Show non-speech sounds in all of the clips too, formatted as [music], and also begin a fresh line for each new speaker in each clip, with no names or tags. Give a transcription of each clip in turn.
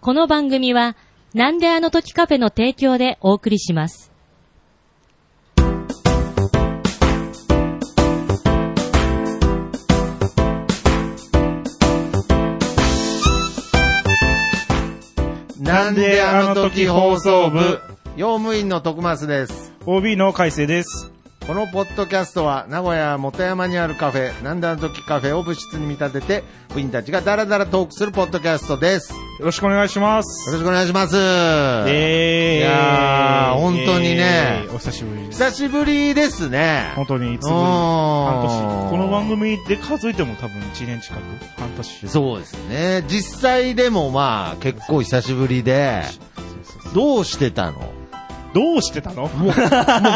この番組は、なんであの時カフェの提供でお送りします。
なんであの時放送部、用務員の徳増です。
OB の改正です。
このポッドキャストは、名古屋元山にあるカフェ、なんであの時カフェを部室に見立てて、部員たちがダラダラトークするポッドキャストです。よ
よろしくお願いします。
ろしくお願いします。
え
いやー本当にね
お久しぶりです。
久しぶりですね。
本当に、いつぶり
おー
半年。この番組で数えても多分1年近く、半年。
そうですね。実際でもまあ、結構久しぶりで、どうしてたのも
どうしてたの
う、もう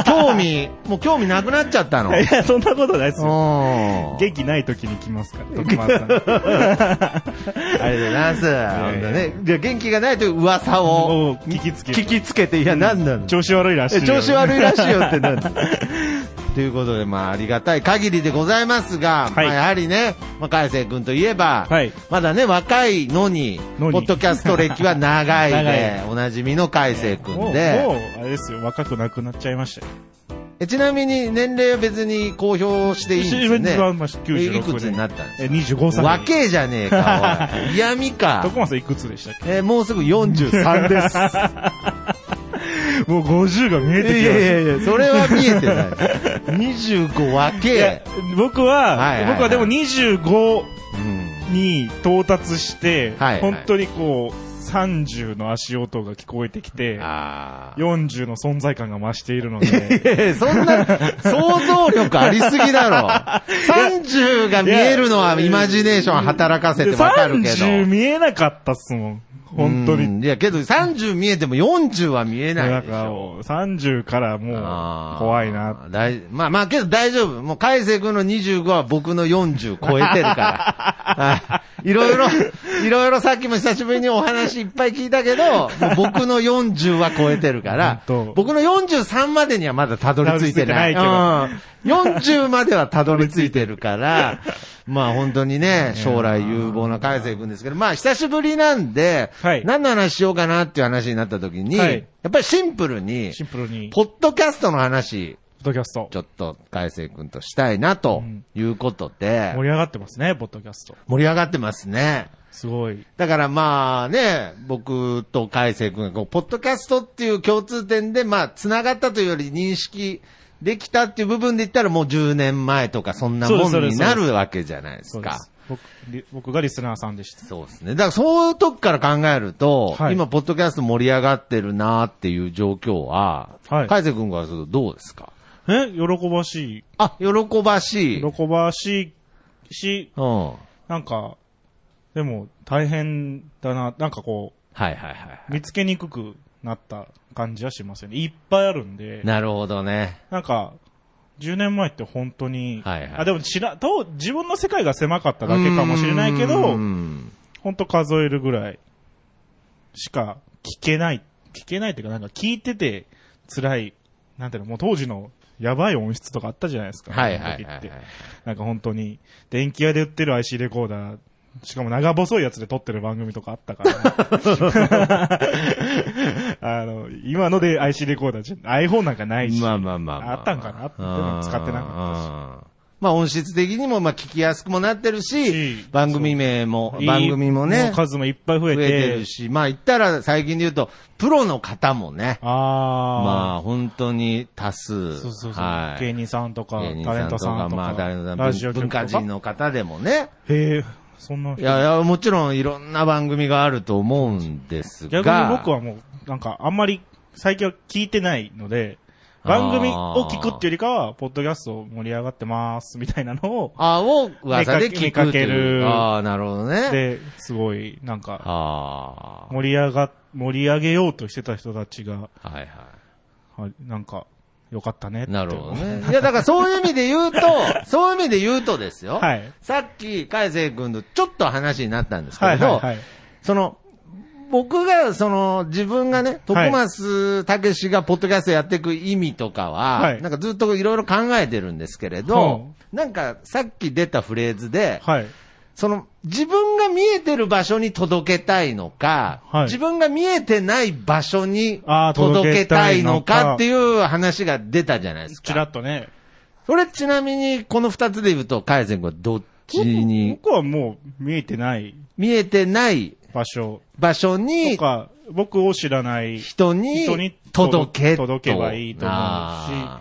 興味、もう興味なくなっちゃったの。
[laughs] いや、そんなことないですよ。
うん
元気ない時に来ますから、徳丸
[laughs]
さん。
ありがとうございます。本当ね。じゃあ元気がないという噂を
おー聞きつけ
聞きつけて、いや、なんなの
調子悪いらしい
え
よ。
調子悪いらしいよってなん
[laughs]
だということで、まあ、ありがたい限りでございますが、
はい
まあ、やはりね、まあ、海星君といえば、
はい
まだね、若いのに、
のに
ポッドキャスト歴は長いで、
[laughs] 長
おなじみの海星
も
君
う、もう、
で、
あれですよ、若くなくなっちゃいましたよ。
えちなみに年齢は別に公表していいんですよね
一番まあ。96
えいくつになったんですか
え、25歳。
若えじゃねえか、
[laughs]
おい嫌味か。
徳丸さんいくつでしたっけ
えーもうすぐ43です。
[laughs] もう50が見えてきま
い
した
やいやいや、それは見えてない。25分
いや
け、
僕は、
はいはいはい
僕はでも25
うん、
に到達して、
はいはい
本当にこう、30の足音が聞こえてきて、
あー
40の存在感が増しているので、
いやいやそんな、想像力ありすぎだろ。30が見えるのはイマジネーション働 [laughs] かせてわかるけど。
30見えなかったっすもん。本当
う
に。
んいや、けど30見えても40は見えな
ないん
でし
か、
ょ。
30からもう、
あー
怖いな。。
大まあまあけど大丈夫。もう海星君の25は僕の40超えてるか
[laughs]
ら。はいいろいろ、いろいろさっきも久しぶりにお話いっぱい聞いたけど、もう僕の40は超えてるから
本当、
僕の43までにはまだたどり着いてない。
た
う
ど
ん40まではたどり着いてるから、まあ本当にね、将来有望な海星君ですけど、まあ久しぶりなんで、
はい
何の話しようかなっていう話になった時に、
はい
やっぱりシンプルに、
シンプルに、ポッ
ポッドキャストの話、
ドキャスト
ち。ょっと、海星君としたいな、ということで、
盛り上がってますね、ポッドキャスト。
盛り上がってますね。
すごい。
だからまあね、僕と海星君がこう、ポッドキャストっていう共通点で、まあ、繋がったというより認識できたっていう部分で言ったらもう10年前とかそんなも
そうんで
に
すそうで
な
すそうで
るわけじゃないです
そうで
か。
す。僕リ僕がリスナーさんでした。
そうですね。だからそういうとこから考えると、
はい
今、ポッドキャスト盛り上がってるなっていう状況は、
はい
海星君からするとどうですか
え喜ばしい
あ、喜ばしい。うん。
喜ばしいし、
はい
なんか、でも大変だな、なんかこ
はいはい。
う、見つけにくくなった感じはしますよね。いっぱいあるんで、
なるほどね。
なんか、10年前って本当に、
はいはい
あ、でも知ら、と、自分の世界が狭かっただけかもしれないけど
う、ん
本当数えるぐらいしか聞けない、聞けないっていうかなんか聞いてて辛い、なんていうの、もう当時のやばい音質とかあったじゃないですか。
はいはい
あ
は
の時
い
って。なんか本当に、電気屋で売ってる IC レコーダー、しかも長細いやつで撮ってる番組とかあった
[laughs]
から。あの、今ので IC レコーダーじゃ、iPhone なんかないし。
まあまあまあま
あったんかなでも使ってなか
ったし。まあ音質的にもまあ聞きやすくもなってるし
し、
番組名も
い、い
番組もね、
数もいっぱい増え
増
て。
えてるし、まあ言ったら最近で言うと、プロの方もね、
ああ。
まあ本当に多数。
そうそうそう。
はい。
芸人さんとか、
芸人
タレントさんとか、
まあタレントさん
ラジオ
文
局とか
化人の方でもね、
へえ、そんない人。
やいや、もちろんいろんな番組があると思うんですが。
逆に僕はもう、なんかあんまり最近は聞いてないので、番組を聞くっていうよりかは、ポッドキャスト盛り上がってますみたいなの
[laughs]
を、
あを噂で聞
見
く
か
って
け
いう。
見かける
ああ、なるほどね。
で、すごい、なんか、
あ
盛り上が、盛り上げようとしてた人たちが、
あ。はいは
はいなんか、よかったねって。
い。なるほどね。いや、だからそういう意味で言う
[laughs]
と、そういう意味で言うとですよ。
はい。
さっき、海星君とちょっと話になったんですけ
は
れ
い
ど、
はいはい。
その、僕が、その、自分がね、徳松たけしがポッドキャストやっていく意味とかは、
はい
なんかずっといろいろ考えてるんですけれど、なんかさっき出たフレーズで、
はい。
その、自分が見えてる場所に届けたいのか、
はい
自分が見えてない場所に
あー
届けたいのかっ
届
て
け
いう話が出たじゃないです
ち
か。
らっとね。
それちなみに、この二つで言うと、カイゼン君はどっちに、
僕はもう見えてない
見えてない
場所
場所に
と、か、僕を知らない
人に
人に
届けと
届けばいいと思うし
あ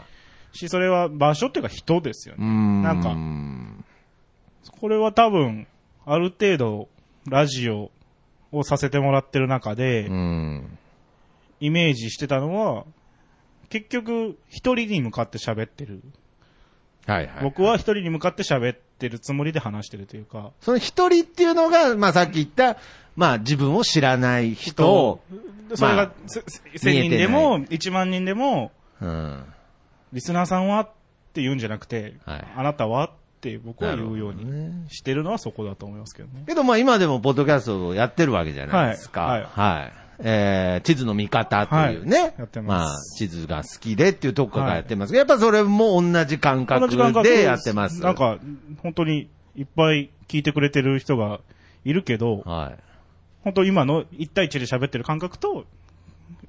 し、それは場所っていうか人ですよ
ーう
ね。
ーん。
なんかこれは多分、ある程度、ラジオをさせてもらってる中で
う、ん。
イメージしてたのは、結局、一人に向かって喋ってる。
はいはい。
僕は一人に向かって喋ってるつもりで話してるというか、
その一人っていうのが、まあさっき言った、まあ自分を知らない人を、
それ
ま
が
あ、
せせ1000人でも、1万人でも、
うん。
リスナーさんはって言うんじゃなくて、
はい
あなたはって僕は言うよう
なるほど
にしてるのはそこだと思いますけどね。
けどまあ今でもポッドキャストをやってるわけじゃないですか。は。
はいい
えー、地図の見方っていうね。
はいやってます
あ地図が好きでっていうとこからやってますけど、やっぱそれも同じ感
この
覚
時間が
でやってます。
なん、か、本当にいっぱい聞いてくれてる人がいるけど、
はい。
本当今の1対1で喋ってる感覚と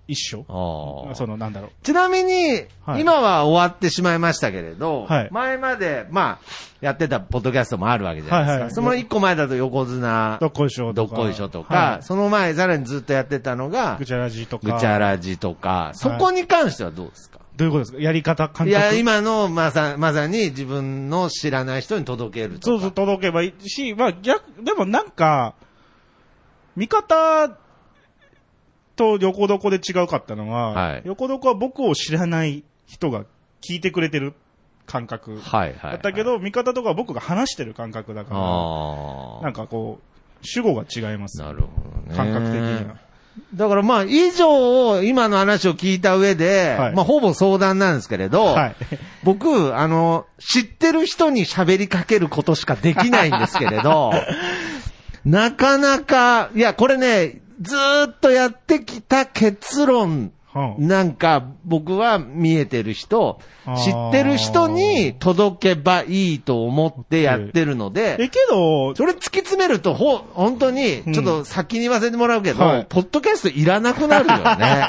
一緒。
ああ。
その、なんだろう。
ちなみに、
はい
今は終わってしまいましたけれど、
はい
前まで、まあ、やってたポッドキャストもあるわけじゃないですか。
はいはい
その一個前だと横綱、
どっこいしょと
どっ
か。
こいしょとか、
は
その前さらにずっとやってたのが
い、ぐ、ちゃらじとか。
ぐちゃらじとか、そこに関してはどうですか、
どういうことですかやり方、感覚。
い、や、今のまさ、まさに自分の知らない人に届ける
そ
と
う
か。
そう、届けばいいし、まあ逆、でもなんか、見方と横床で違うかったのは、
はい
横床は僕を知らない人が聞いてくれてる感覚
はいはい、はい。
だったけど、見方とかは僕が話してる感覚だか
あ
ら、
あ
なんかこう、主語が違います。
なるほどね。
感覚的には。
だからまあ、以上を今の話を聞いた上で、
はい
まあ、ほぼ相談なんですけれど、
はい。
僕、あの、知ってる人に喋りかけることしかできないんですけれ
[laughs]
ど、なかなか、いや、これね、ずーっとやってきた結論、
は
なんか僕は見えてる人、知ってる人に届けばいいと思ってやってるの
あえ、
で、
けど、
それ突き詰めると、ほ、本当に、ちょっと先に言わせてもらうけど、
はい
ポッドキャストいらなくなるよ
[laughs]
ね。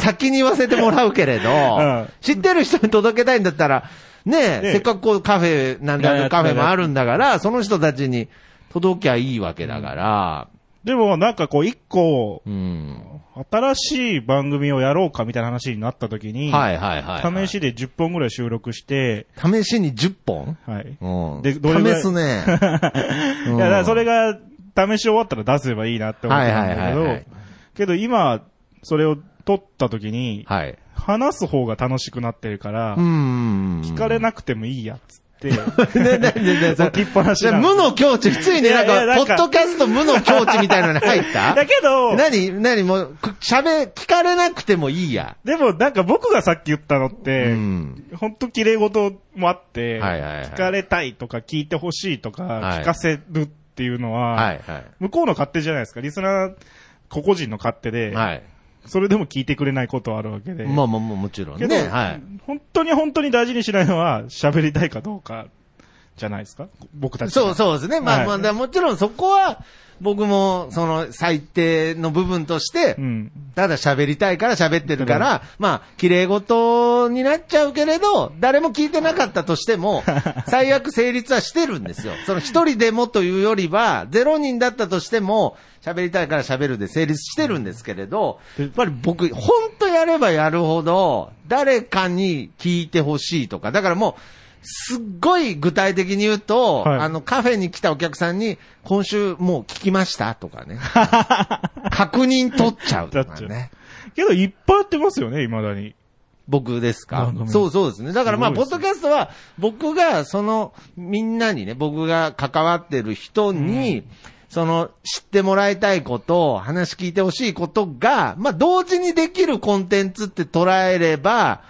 先に言わせてもらうけれど、
ん
知ってる人に届けたいんだったら、ねえ、
ええ
せっかくこうカフェ、なん
いやい
だ
や
カフェもあるんだから、その人たちに届きゃいいわけだから、
でもなんかこう、一個、
うん。
新しい番組をやろうかみたいな話になった時に、
はいはいはい、
試。しで10本ぐらい収録して、
試しに10本
はい。
うん。
でどれ [laughs] ぐら
試
い
すね。うん
いや、だからそれが、試し終わったら出せばいいなって思ってたんだ
はい
け
はいはいはい
ど、けど今、それを撮った時に、
はい。
話す方が楽しくなってるから
う、ん。
聞かれなくてもいいやっつ
[laughs]
って、
ね、ね、ね、ね、
置きっぱなし
じゃ
な
あ
んで
無の境地、ついになん
いやいや
か、
な
ポ
んか
ッドキャスト無の境地みたいなのに入った
[laughs] だけど、
何何もう、く喋、聞かれなくてもいいや。
でもなんか僕がさっき言ったのって
う、ん。
ほんと綺麗事もあって、
はいはいはい
聞かれたいとか聞いてほしいとか、
はい
聞かせるっていうの
は
は、
いはい。
向こうの勝手じゃないですか。リスナー、個々人の勝手で、
はい。
それでも聞いてくれないことはあるわけで。
まあまあまあ、もちろん
けど、
ね。はい。
本当に本当に大事にしないのは喋りたいかどうかじゃないですか僕たちが
そうそうですね。まあまあ、
はい
だからもちろんそこは、僕も、その、最低の部分として、
うん。
ただ喋りたいから喋ってるから、まあ、綺麗事になっちゃうけれど、誰も聞いてなかったとして
[laughs]
も、最悪成立はしてるんですよ。その一人でもというよりは、ゼロ人だったとしても、喋りたいから喋るで成立してるんですけれど、やっぱり僕、ほんとやればやるほど、誰かに聞いてほしいとか、だからもう、すっごい具体的に言うと、
はい
あの、カフェに来たお客さんに、今週もう聞きましたと
[laughs]
かね。確認取っちゃうとか
取っち
ね。
けど、いっぱいやってますよね、未だに。
僕です
な
か
るほどね
そうそうですね。だからまあ、
す
ポ
ごい
ッ
です
ド
ね
キャストは、僕が、その、みんなにね、僕が関わってる人に、その、知ってもらいたいこと、話聞いてほしいことが、まあ、同時にできるコンテンツって捉えれば、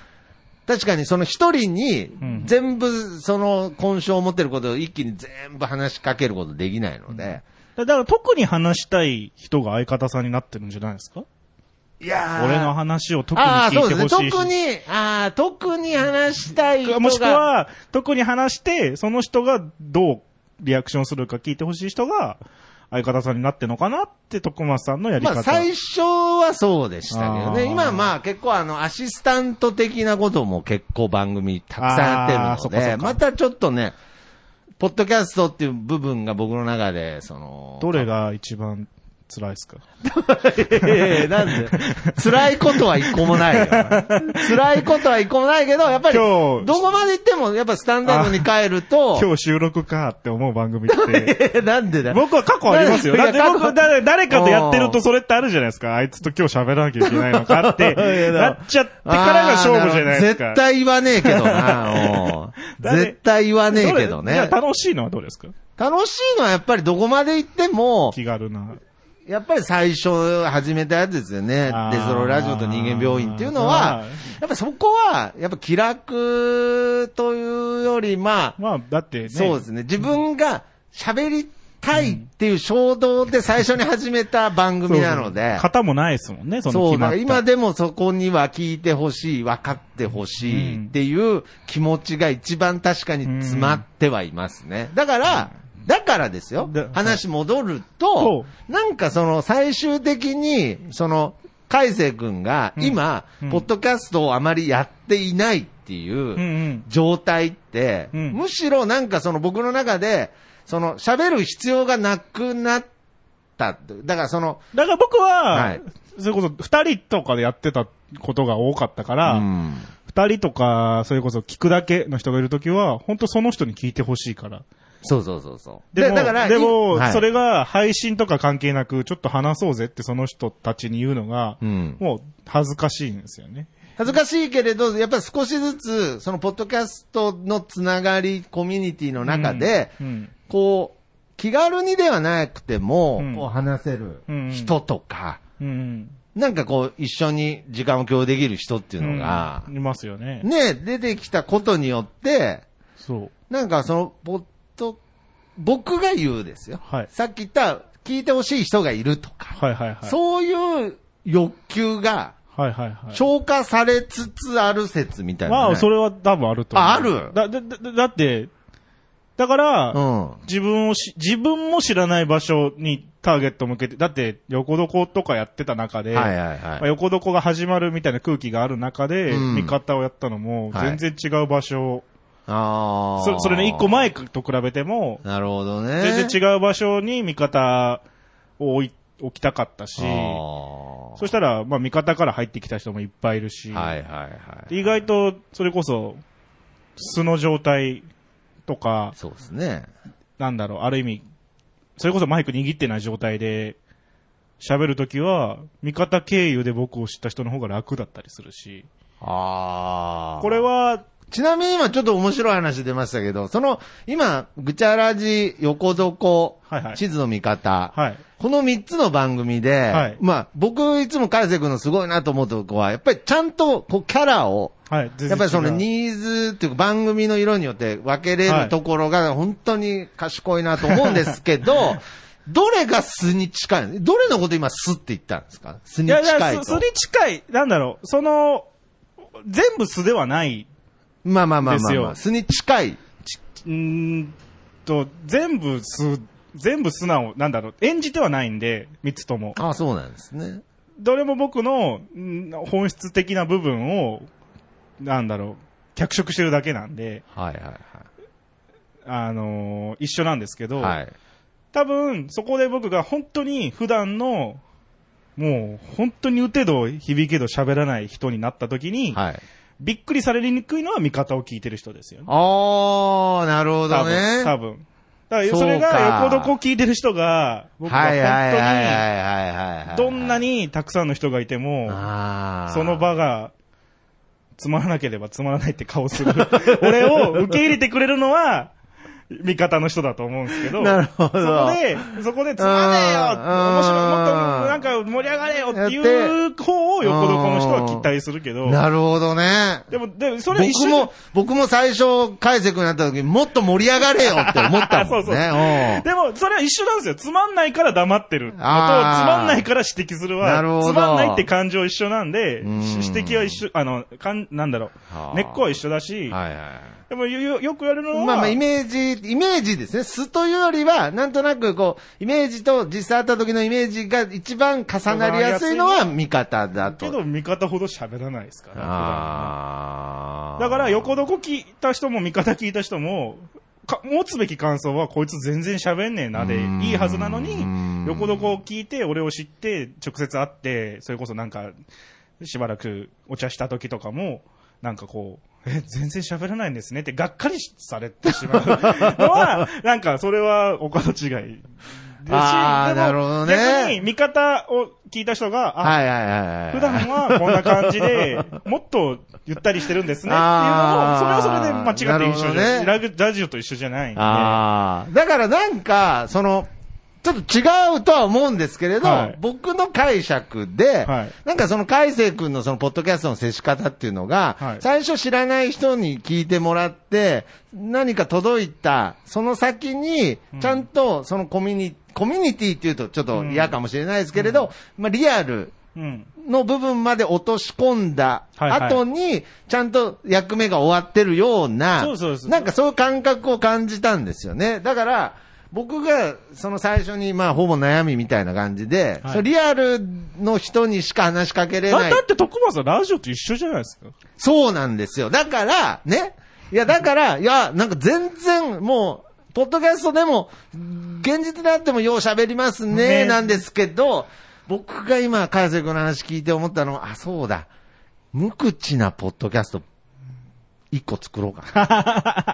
確かにその一人に
ん、
全部、その、根性を持ってることを一気に全部話しかけることできないので、
だから特に話したい人が相方さんになってるんじゃないですか
いやー
俺の話を特に
ああ、
聞
そ
いうて
で
ほ
す
し
ね。
い
特
し。
に、ああ、特に話したい人が。
もしくは、特に話して、その人がどうリアクションするか聞いてほしい人が、相方さんになってんのかなって、徳松さんのやり方。
まあ、最初はそうでしたけど
あー
ね。今はまあ結構あの、アシスタント的なことも結構番組たくさんやってる
あーそっ
の
かそ
で、
っか
またちょっとね、ポッドキャストっていう部分が僕の中で、その、[laughs]
どれが一番辛いですか
いやいやなん
[laughs]
で辛いことは一個もないよ。辛いことは一個もないけど、やっぱり、
今日
どこまで行っても、やっぱスタンダードに帰ると、
今日収録かって思う番組って。 [laughs]
えなんでだよ
僕は過去ありますよ。
い
だ
や
って
過
僕、
去
誰誰かとやってるとそれってあるじゃないですか。あいつと今日喋らなきゃいけないのかっ
[laughs]
て、
いやだ
なっちゃってからが勝負じゃないです
あー
か。
るほど絶対言わねえけどな。うん
[laughs] 誰
絶対言わねえけど
じゃあ
ね。
楽しいのはどうですか
楽しいのはやっぱりどこまで行っても、
気軽な。
やっぱり最初始めたやつですよね
あー。
デゾロラジオと人間病院っていうのは
あー、
やっぱそこは、やっぱ気楽というより、まあ、
まあ、だってね。
そうですね。自分が喋りたいっていう衝動で最初に始めた番組なので。
型もないですもんね、その
そう、
決
だ
ま
か
っ
ら
た
今でもそこには聞いてほしい、分かってほしいっていう気持ちが一番確かに詰まってはいますね。だから、だからですよ
だ。
話戻ると
そ、
なんかその最終的に、その、海星くんが今、
うん
ポッドキャストをあまりやっていないっていう
うんうん。
状態って、
うん
むしろなんかその僕の中で、その喋る必要がなくなったって。だからその、
だから僕は、
はい
それこそ二人とかでやってたことが多かったか
う
ら、
ん
二、人とか、それこそ聞くだけの人がいるときは、本当その人に聞いてほしいから。
そうそうそうそう。
でも、
だから、
でも、
い
そ、れが配信とか関係なく、ちょっと話そうぜってその人たちに言うのが、
うん。
もう恥ずかしいんですよね。
恥ずかしいけれど、やっぱ少しずつ、その、ポッドキャストのつながり、コミュニティの中で、
うん、
こう、気軽にではなくても、
うん
こう話せる
うん
人とか、
うん。うん。
なんかこう、一緒に時間を共有できる人っていうのが
う、んいますよね。
ね、出てきたことによって、
そう。
なんかその、ポッド、僕が言うですよ。
はい
さっき言った、聞いてほしい人がいるとか、
はいはいはい。
そういう欲求が、
はいはいはい。
消化されつつある説みたいな、ね。
まあ、それは多分あると思う。
あある
だ、だ、だだって、だから、
うん。
自分をし、自分も知らない場所にターゲットを向けて、だって、横床とかやってた中で、
はいはい
ま
は
あ
い。
横床が始まるみたいな空気がある中で、
うん
見方をやったのも、
はい
全然違う場所、
ああ。
そそれの一個。前と比べても、
なるほどね。
全
う。
然違う場所に見方を置い置きたかったし、
あ
そしたら、まあ、見方から入ってきた人もいっぱいいるし、
あ。はいはいはい。
意外と、それこそ、素の状態とか、
そうですね。
なんだろう、ある意味、それこそマイク握ってない状態で、喋るときは、味方経由で僕を知った人の方が楽だったりするし、
ああ。
これ。は、
ちなみに今ちょっと面白い話出ましたけど、その、今、ぐちゃらじ、横底、
はいはい
地図の見方。
はい。
この三つの番組で、
はい
まあ、僕いつも海瀬くんのすごいなと思うとこは、やっぱりちゃんと、こう、キャラを、
はい、全然違う
やっぱりそのニーズっていうか番組の色によって分けれるところが本当に賢いなと思うんですけど、どれが素に近いのどれのこと今素って言ったんですか素
い
に
やい
近いと。
や、そそれに近い、なんだろう、その、全部素ではない、
まあまあまあまあ、ま
で
あ、素に近い。
うーんと、全部素、全部素直、なんだろう、演じてはないんで、三つとも。
ああ、そうなんですね。
どれも僕のん本質的な部分を、なんだろう、脚色してるだけなんで、
はいはい
あのー一緒なんですけど、
はい。はい。
多分、そこで僕が本当に普段の、もう本当に打てど響けど喋らない人になった時に、
はい。
びっくりされにくいのは味方を聞いてる人ですよね。
ああ、なるほ
多
ど
分、
ね。
多分。だからそれが
そうか
横どこ聞いてる人が、僕が
はいはいはい
本
はいはいはいはい。
当に、どんなにたくさんの人がいても、
ああ、
その場が、つまらなければつまらないって顔する。俺を受け入れてくれるのは、味方の人だと思うんですけど。
[laughs] なるほど
そこで、そこでつまんねえよ
うん
面白い、もっと
うん
なんか盛り上がれよっていう方を横床の人は期待するけど。
なるほどね。
でも、でも、それは一
僕
緒じゃ
も、僕も最初、カイセ君になった時、もっと盛り上がれよって思った
[laughs]
もんね。
そうそう
う
でも、それは一緒なんですよ。つまんないから黙ってるのと、つ
あー
まんないから指摘するは、
なるほど
つまんないって感情一緒なんで、
うん
し指摘は一緒、あの、かん、なんだろ
はあ
う、根っこは一緒だし、
んはいはい。
でもよ、よよくやるのは、
まあまあ、イメージジ、イメージですね。素というよりは、なんとなくこう、イメージと実際会った時のイメージが一番重なりやすいのは味方だ
け
と。
ど、味方ほど喋らないですから。
あー
だから、横床聞いた人も、味方聞いた人も、か持つべき感想は、こいつ全然喋んねえなでいいはずなの
う
に
ん、
横床を聞いて、俺を知って、直接会って、それこそなんか、しばらくお茶した時とかも、なんかこう、え、全然喋らないんですねって、がっかりされてしまうのは、なんか、それは、お門違い。
あー
でも
なるほどね
逆に、味方を聞いた人が、あ、
はいはいはいはい。
普段はこんな感じで、 [laughs] もっとゆったりしてるんですねっていうの
あ
を、
ー
それはそれで間違って一緒じ
なるほど
ゃない。
ね
ラグラジオと一緒じゃないんで。
ああ。だからなんか、その、ちょっと違うとは思うんですけれど、
はい
僕の解釈で、
はい
なんかその海星君のそのポッドキャストの接し方っていうのが、
はい
最初知らない人に聞いてもらって、何か届いた、その先に、ちゃんとそのコミュニ、コミュニティっていうとちょっと嫌かもしれないですけれど、まあリアル
うん。
の部分まで落とし込んだ
はいはい
後に、ちゃんと役目が終わってるような、
そうそうです
なんかそういう感覚を感じたんですよね。だから、僕がその最初に、まあ、ほぼ悩みみたいな感じで、
はい
それリアルの人にしか話しかけれ
だ
ない
だ。って徳間さん、ラジオと一緒じゃないですか。
そうなんですよ。だから、ね。いや、だから、いや、なんか全然、もう、ポッドキャストでも、現実であってもよう喋ります
ね
ね、なんですけど、僕が今、海星君の話聞いて思ったのは、あ、そうだ。無口なポッドキャスト、一個作ろうかな。
[laughs]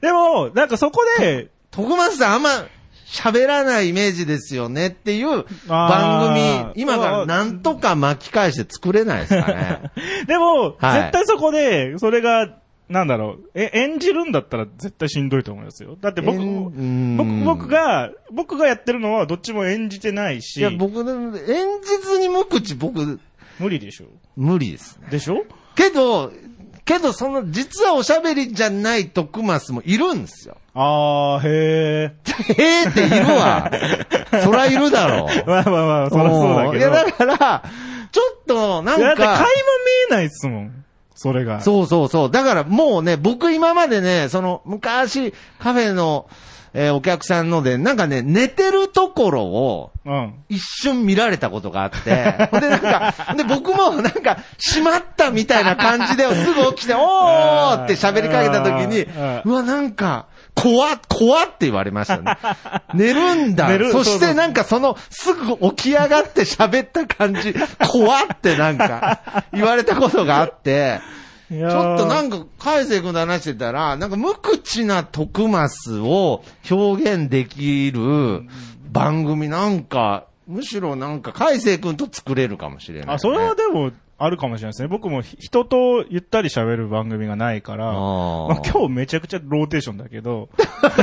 でも、なんかそこで、
徳松さん、あんま、喋らないイメージですよねっていう番
あー
組、今からなんとか巻き返して作れないですかね。
でも、
はい
絶対そこで、それが、なんだろう、え、演じるんだったら絶対しんどいと思いますよ。だって [laughs] 僕、
えんう
僕
ーん
僕が、僕がやってるのはどっちも演じてないし、
いや、僕、演じずに無口、僕、
無理でしょ。
無理ですね。
でしょ
けど、けど、その、実はおしゃべりじゃない徳スもいるんですよ。 [laughs]
あー、へー。 [laughs]
へーっているわ。そらいるだろう。
まあまあま [laughs] あ、そりゃそうだ
ん
け
い
ど。
や、だから、ちょっと、ない
や
ん
だって垣間
か、
見えないっすもん。それが。
そうそうそう。だからもうね、僕今までね、その、昔、カフェの、えーお客さんので、なんかね、寝てるところを、
うん。
一瞬見られたことがあって、ほんでなんか、で僕もなんか、しまったみたいな感じで、すぐ
[laughs]
起きて、おーって喋りかけた時に
あー、
うわ、なんか、怖っ、怖っって言われましたね。寝るんだ
[laughs] 寝る。
そし
そうそう
てなんかその、すぐ起き上がって喋った感じ、怖ってなんか、言われたことがあって、
ち
ちょっとなんんか、海星君と話してたら、なんか無口な徳マスを表現できる番組なんか、むしろなんか海星君と作れるかもしれない、ね。
あ、それはでも、あるかもしれないですね。僕もひ人とゆったり喋る番組がないから、
あー
まあ今日めちゃくちゃローテーションだけ
[laughs]
ど、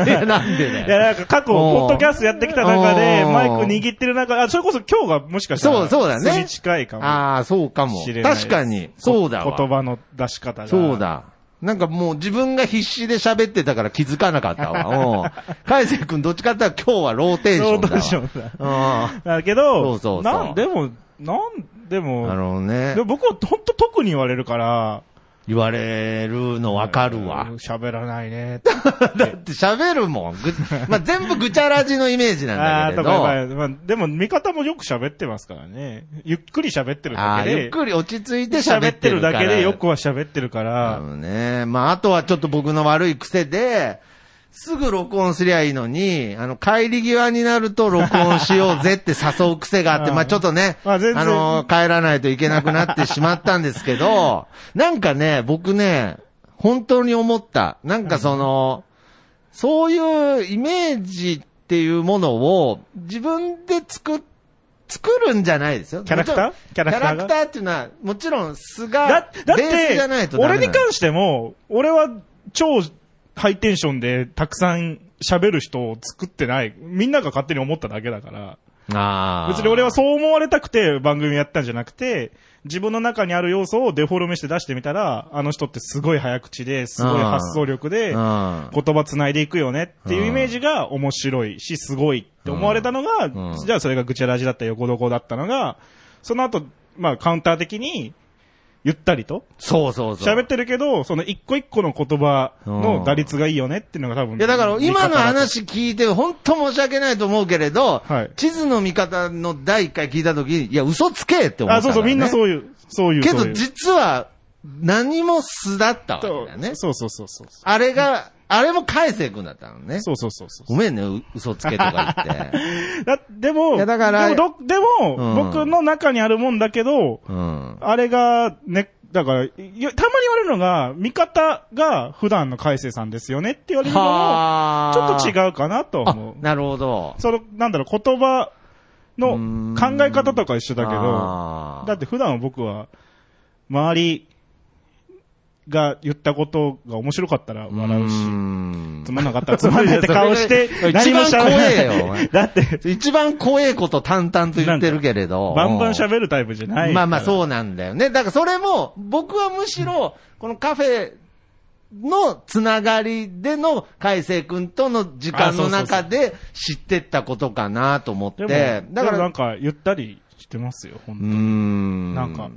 いやなんで
いや、
ね。
なんか過去、
おー
ポッドキャストやってきた中で、
おー
マイク握ってる中、あ、それこそ今日がもしかしたら、
そうそうだね
数字近いかも
[laughs] ああ、そうかも
しれ。ないです。
確かに。そうだ
こ言
わ。
葉の出し方が。
そう。だ。なんかもう自分が必死で喋ってたから気づかなかったわ。
[laughs]
うん。海星君どっちかって言ったら今日はローテーシ
ロ
ョン
ー
だわ。
テーションだ。
うん。
だけど、
そうそうそう
なんでも、なんでも、
なるほどね
で。も僕は本当特に言われるから、
言われるのわかるわ
うん。喋らないね。
[laughs] だって喋るもん。ぐまあ、全部ぐちゃらじのイメージな
[laughs] ああ
ん
ー、
だ
と
けれど。
か、まあ、でも味方もよく喋ってますからね。ゆっくり喋ってる
あ
だ
あ、
けで。
ゆっくり落ち着いて
喋
喋
っ
ってて
る
るか
だ
ら。
けでよくは喋ってるか
あ
ら。
のね。まあ、あとはちょっと僕の悪い癖で、すぐ録音すりゃいいのに、あの、帰り際になると録音しようぜって誘う癖があって、 [laughs]
うん
まあ、ちょっとね、
まあ全然
の、帰らないといけなくなってしまったんですけ [laughs] ど、なんかね、僕ね、本当に思った。なんかその、そういうイメージっていうものを自分で作っ、作るんじゃないですよ。
キャラクター
もちろん
キャラ
キャ
クターが
ラクターっていうのは、もちろん素
だ
が、、
だっ
ベースじゃない
て、
とダメな
俺
ん
に
です
関しても、俺は超ハイテンションでたくさん喋る人を作ってない。みんなが勝手に思っただけだから。
あー
別に俺はそう思われたくて番組やったんじゃなくて、自分の中にある要素をデフォルメして出してみたら、あの人ってすごい早口で、すごい発想力で、
うんあ
言葉繋いでいくよねっていうイメージが面白いし、すごいって思われたのが、
うん
じゃあそれがぐちゃらじだった横床だったのが、その後、まあカウンター的に、ゆったりと。
そうそうそう。
喋ってるけど、その一個一個の言葉の打率がいいよねっていうのが多分。
いやだから今の
見方だと。
話聞いて、本当申し訳ないと思うけれど、
はい
地図の見方の第一回聞いたときに、いや、嘘つけって思ったから、ね。
あ、そうそう、みんなそういう、そういう。
け
そ
ど
ういう
実は、何も素だったわけだよね。
そうそうそうそう。
あれが、あれも返せ君だったのね。
そうそうそうそう。
ごめんね、う嘘つけとか言って。
[laughs] だでも、
いやだから
でも、どでも
うん
僕の中にあるもんだけど、
うん。
あれが、ね、だから、いたまに言われるのが、味方が普段の海星さんですよねって言われるのも、
は
ちょっと
う
違うかなと
あ
思う。
なるほど。
その、なんだろう、言葉の考え方とか一緒だけど、
あー
だって普段は僕は、周りが言ったことが面白かったら笑うし、
ん
つまんなかったらつまんないって顔して、
い [laughs] やそれが一番怖えよ
何も喋らない [laughs] だって、
一番怖えこと淡々と言ってるけれど。
バンバン
うん
喋るタイプじゃないから。
まあまあ
う。
そうなんだよね。だからそれも、僕はむしろ、このカフェのつながりでの海星くんとの時間の中で知ってったことかなと思っ
でも、
て。だ
だ
か、
かららなんか、ゆったりしてますよ、本
う
当
ー
に。
ん。
なんか、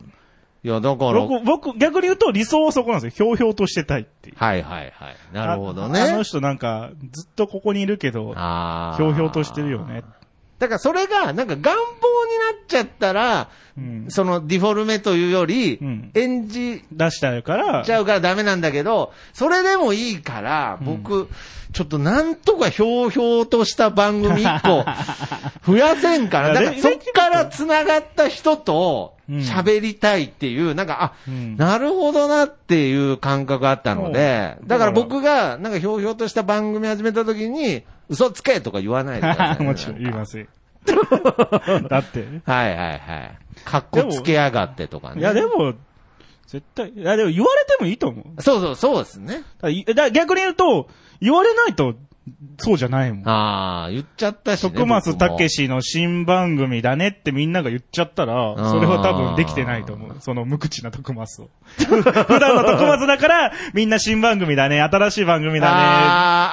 いや、だから、はい
僕、僕、逆に言うと理想はそこなんですよ。ひょうひょうとしてたいっていう。
はいはい。なるほど
ああの
ね。
人なんか、ずっとここにいるけど、
あ
ひょうひょうとしてるよね。。
だからそれが、なんか願望になっちゃったら、
うん。
そのディフォルメというより
うん、
演じ
出しちゃうから、
ちゃうからダメなんだけど、それでもいいから、僕、ちょっとなんとかひょうひょうとした番組一
[laughs]
個増やせんかな。
いや
だから
で
そっから繋がった人と
うん
喋りたいっていう、なんか、あ、
うん
なるほどなっていう感覚があったので、
うん
だから
だから
僕がなんかひょうひょうとした番組始めた時に、嘘つけとか言わないでくださいね
[laughs] もちろん言いま
[laughs]
せん。だって。
はいはいはい。かっこつけやがってとかね。
いや、でも、絶対、いや、でも言われてもいいと思う。
そうそう、そうですね。
だからいだから逆に言うと、言われないと、そうじゃないもん。
ああ、言っちゃったし、ね。
徳松
僕も
たけしの新番組だねってみんなが言っちゃったら、
ー
それは多分できてないと思う。その無口な徳松を。 [laughs] 普段の徳松だから、みんな新番組だね、新しい番組だ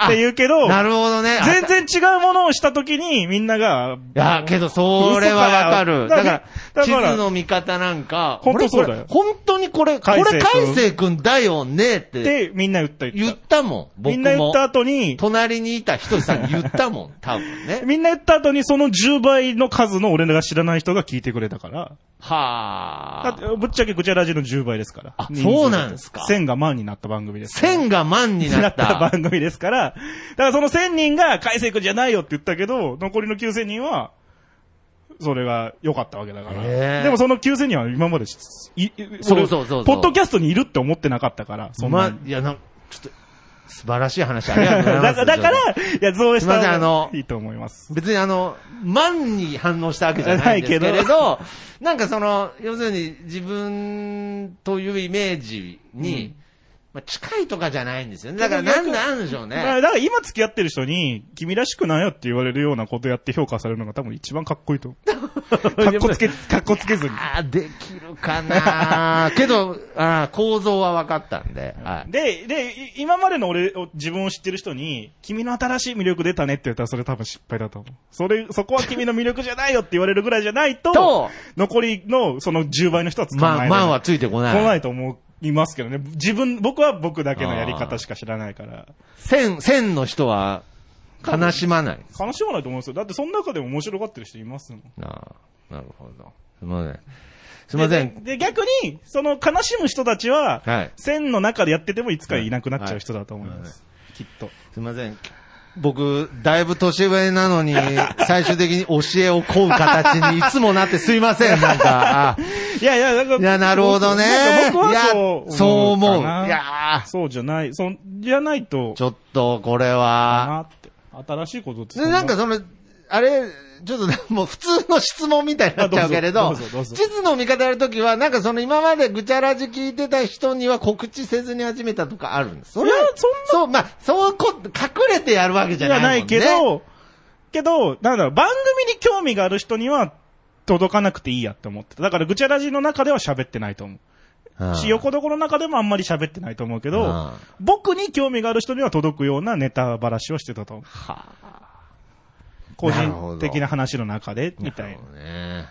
あー
ね、って言うけど、
なるほどね。あ
全然違うものをした時にみんな
い
が、
や、けど、それはわかる。
嘘か
だ
よ
から、
だか
地
ら
図の見方なんか、
ほんとそうだよ
俺これ本当にこれ、これ、
海星君
海星君だよねっ
っててみんな言った言
言
っ。
ったたもん。
み
僕
んな言っ
も
た。後に、
隣にいたひとりさんに言った
[laughs]
もん、多分ね。
みんな言った後にその10倍の数の俺らが知らない人が聞いてくれたから。だ
は
っ
あ。
てぶっちゃけぐちゃラジの10倍ですから。
あ
人数
そうなんですか
1000が万になった番組ですから。
千が万にな
な
っ
った
た。
番組ですから、だからその1000人が海星君じゃないよって言ったけど、残りの9000人は、それが良かったわけだか
へ
ら。
ー
でもその9000人は今までし、い
そうそうそうそう
俺ポッドキャストにいるって思ってなかったから、そんな
ま
に。、
いや、なんか、ちょっと、素晴らしい話ありがとうございま
だ
す。
だから、いや、そうした
すいませんあ
ら
の
いいと思います。
別にあの、万に反応したわけじゃないんですけれ
ないけ
ど、 [laughs] なんかその、要するに自分というイメージに、まあ近いとかじゃないんですよね。だからなんだなんでしょう
まあ
ね。
だから今付き合ってる人に、君らしくないよって言われるようなことやって評価されるのが多分一番かっこいいと思
[laughs]
う。かっこつけ、かっこつけずに。
ああ、できるかな
[laughs]
けど、ああ構造は分かったんで、はい。
で、で、い今までの俺を、自分を知ってる人に、君の新しい魅力出たねって言ったらそれ多分失敗だと思う。それ、そこは君の魅力じゃないよって言われるぐらいじゃないと、
と
残りのその10倍の人は使わ
ま
な
あ、
い。
万はついてこ
来
な。
ないいと思いますけどね。自分、僕は僕だけのやり方しか知らないから。
千、千の人は悲しまない。
悲しまないと思うんですよ。だってその中でも面白がってる人いますもん。
ああ、なるほど。すみません。すみません。
で、で逆に、その悲しむ人たちは、
はい
線の中でやっててもいつかいなくなっちゃう人だと思います。きっと。
すみません。僕、だいぶ年上な
[laughs]
のに、最終的に教えを請う形にいつもなってすいません、なん
[laughs]
か。あ
いやいや、なんか
いや、なるほどね。
なんか僕
いや
はそう、
そう思う。い
かな
や
そうじゃない、そん、じゃない
ー、
と
ち、ょっと、これは。
なって。新しいことって
で、なんかその、あれ、ちょっともう普通の質問みたいになっちゃうけれ
[laughs] あど
ど、
うぞどうぞどうぞ
地図の見方やるときは、なんかその今までぐちゃらじ聞いてた人には告知せずに始めたとかあるんです。それはい
やそんな
そう、まあ、そうこ、隠れてやるわけじ
じ
ゃな
ゃ
いもん、
な
ね。
いけど、けど、なんだろう、番組に興味がある人には、届かなくていいやって思ってた。だから、ぐちゃらじの中では喋ってないと思
うん、
う。し、横どころの中でもあんまり喋ってないと思うけど、
うん
僕に興味がある人には届くようなネタばらしをしてたと思う。個人的な話の中で、みたい
な
な。
るほどね。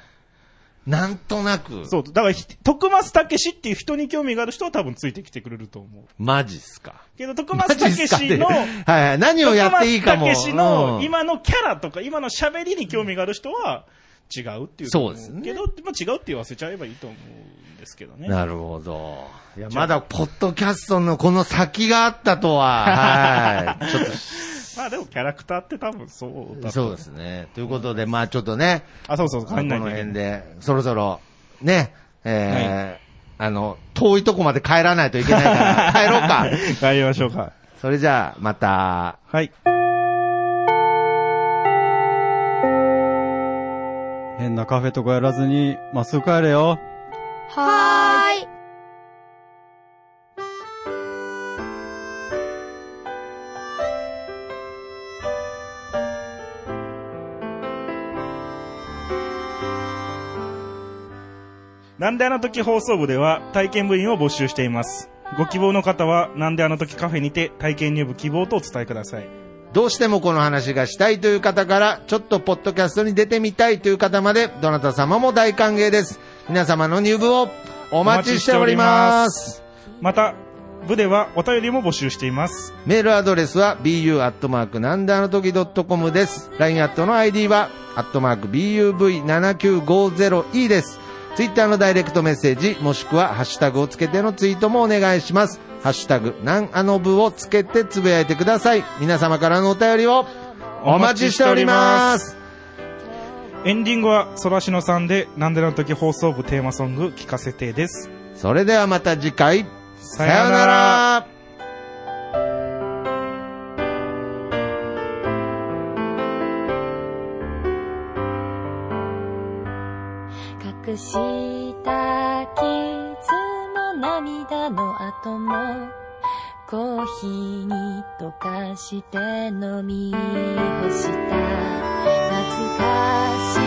なんとなく。
そう、だからひ、徳松たけしっていう人に興味がある人は多分ついてきてくれると思う。
マジっすか。
けど、徳
マ
松
ジ
た
っ
け
すかっ。
しての、
はいはい。何をやっていいかも。
徳松たけしの
うん
今のキャラとか、今の喋りに興味がある人は、違うっていうと思。
そうですね
けど、まあ、違うって言わせちゃえばいいと思うんですけどね。
なるほど。いや、まだ、ポッドキャストのこの先があったとは、
[laughs]
はい。ちょっ
まあでも、キャラクターって多分そうだ
と、そうですね。ということで、まあちょっとね、
あ、そうそう、
こ
考え
の
ないといけない
辺
[laughs]
で、そろそろ、ね、えー、あの、遠いとこまで帰らないといけないから、帰ろうか。
[laughs] 帰りましょうか。
それじゃあ、また。
はい。
変なカフェとかやらずに、まっすぐ帰れよ。
はーい。
なんであの時放送部では体験部員を募集しています。ご希望の方は、なんであの時カフェにて体験入部希望とお伝えください。
どうしてもこの話がしたいという方から、ちょっとポッドキャストに出てみたいという方まで、どなた様も大歓迎です。皆様の入部をお待ちしております。
また、部ではお便りも募集しています。
メールアドレスは bu アットマークなんであの時ドットコムです。LINE アットの ID はアットマーク buv7950e です。ツイッターのダイレクトメッセージもしくはハッシュタグをつけてのツイートもお願いします。ハッシュタグなんあの部をつけてつぶやいてください。皆様からのお便りをお待ちしております。
エンディングは、そらしのさんで、なんであの時放送部テーマソング、聞かせてです。
それではまた次回。
さ
さような。ら。
隠した傷も涙の後もコーヒーに溶かして飲み干した懐かしい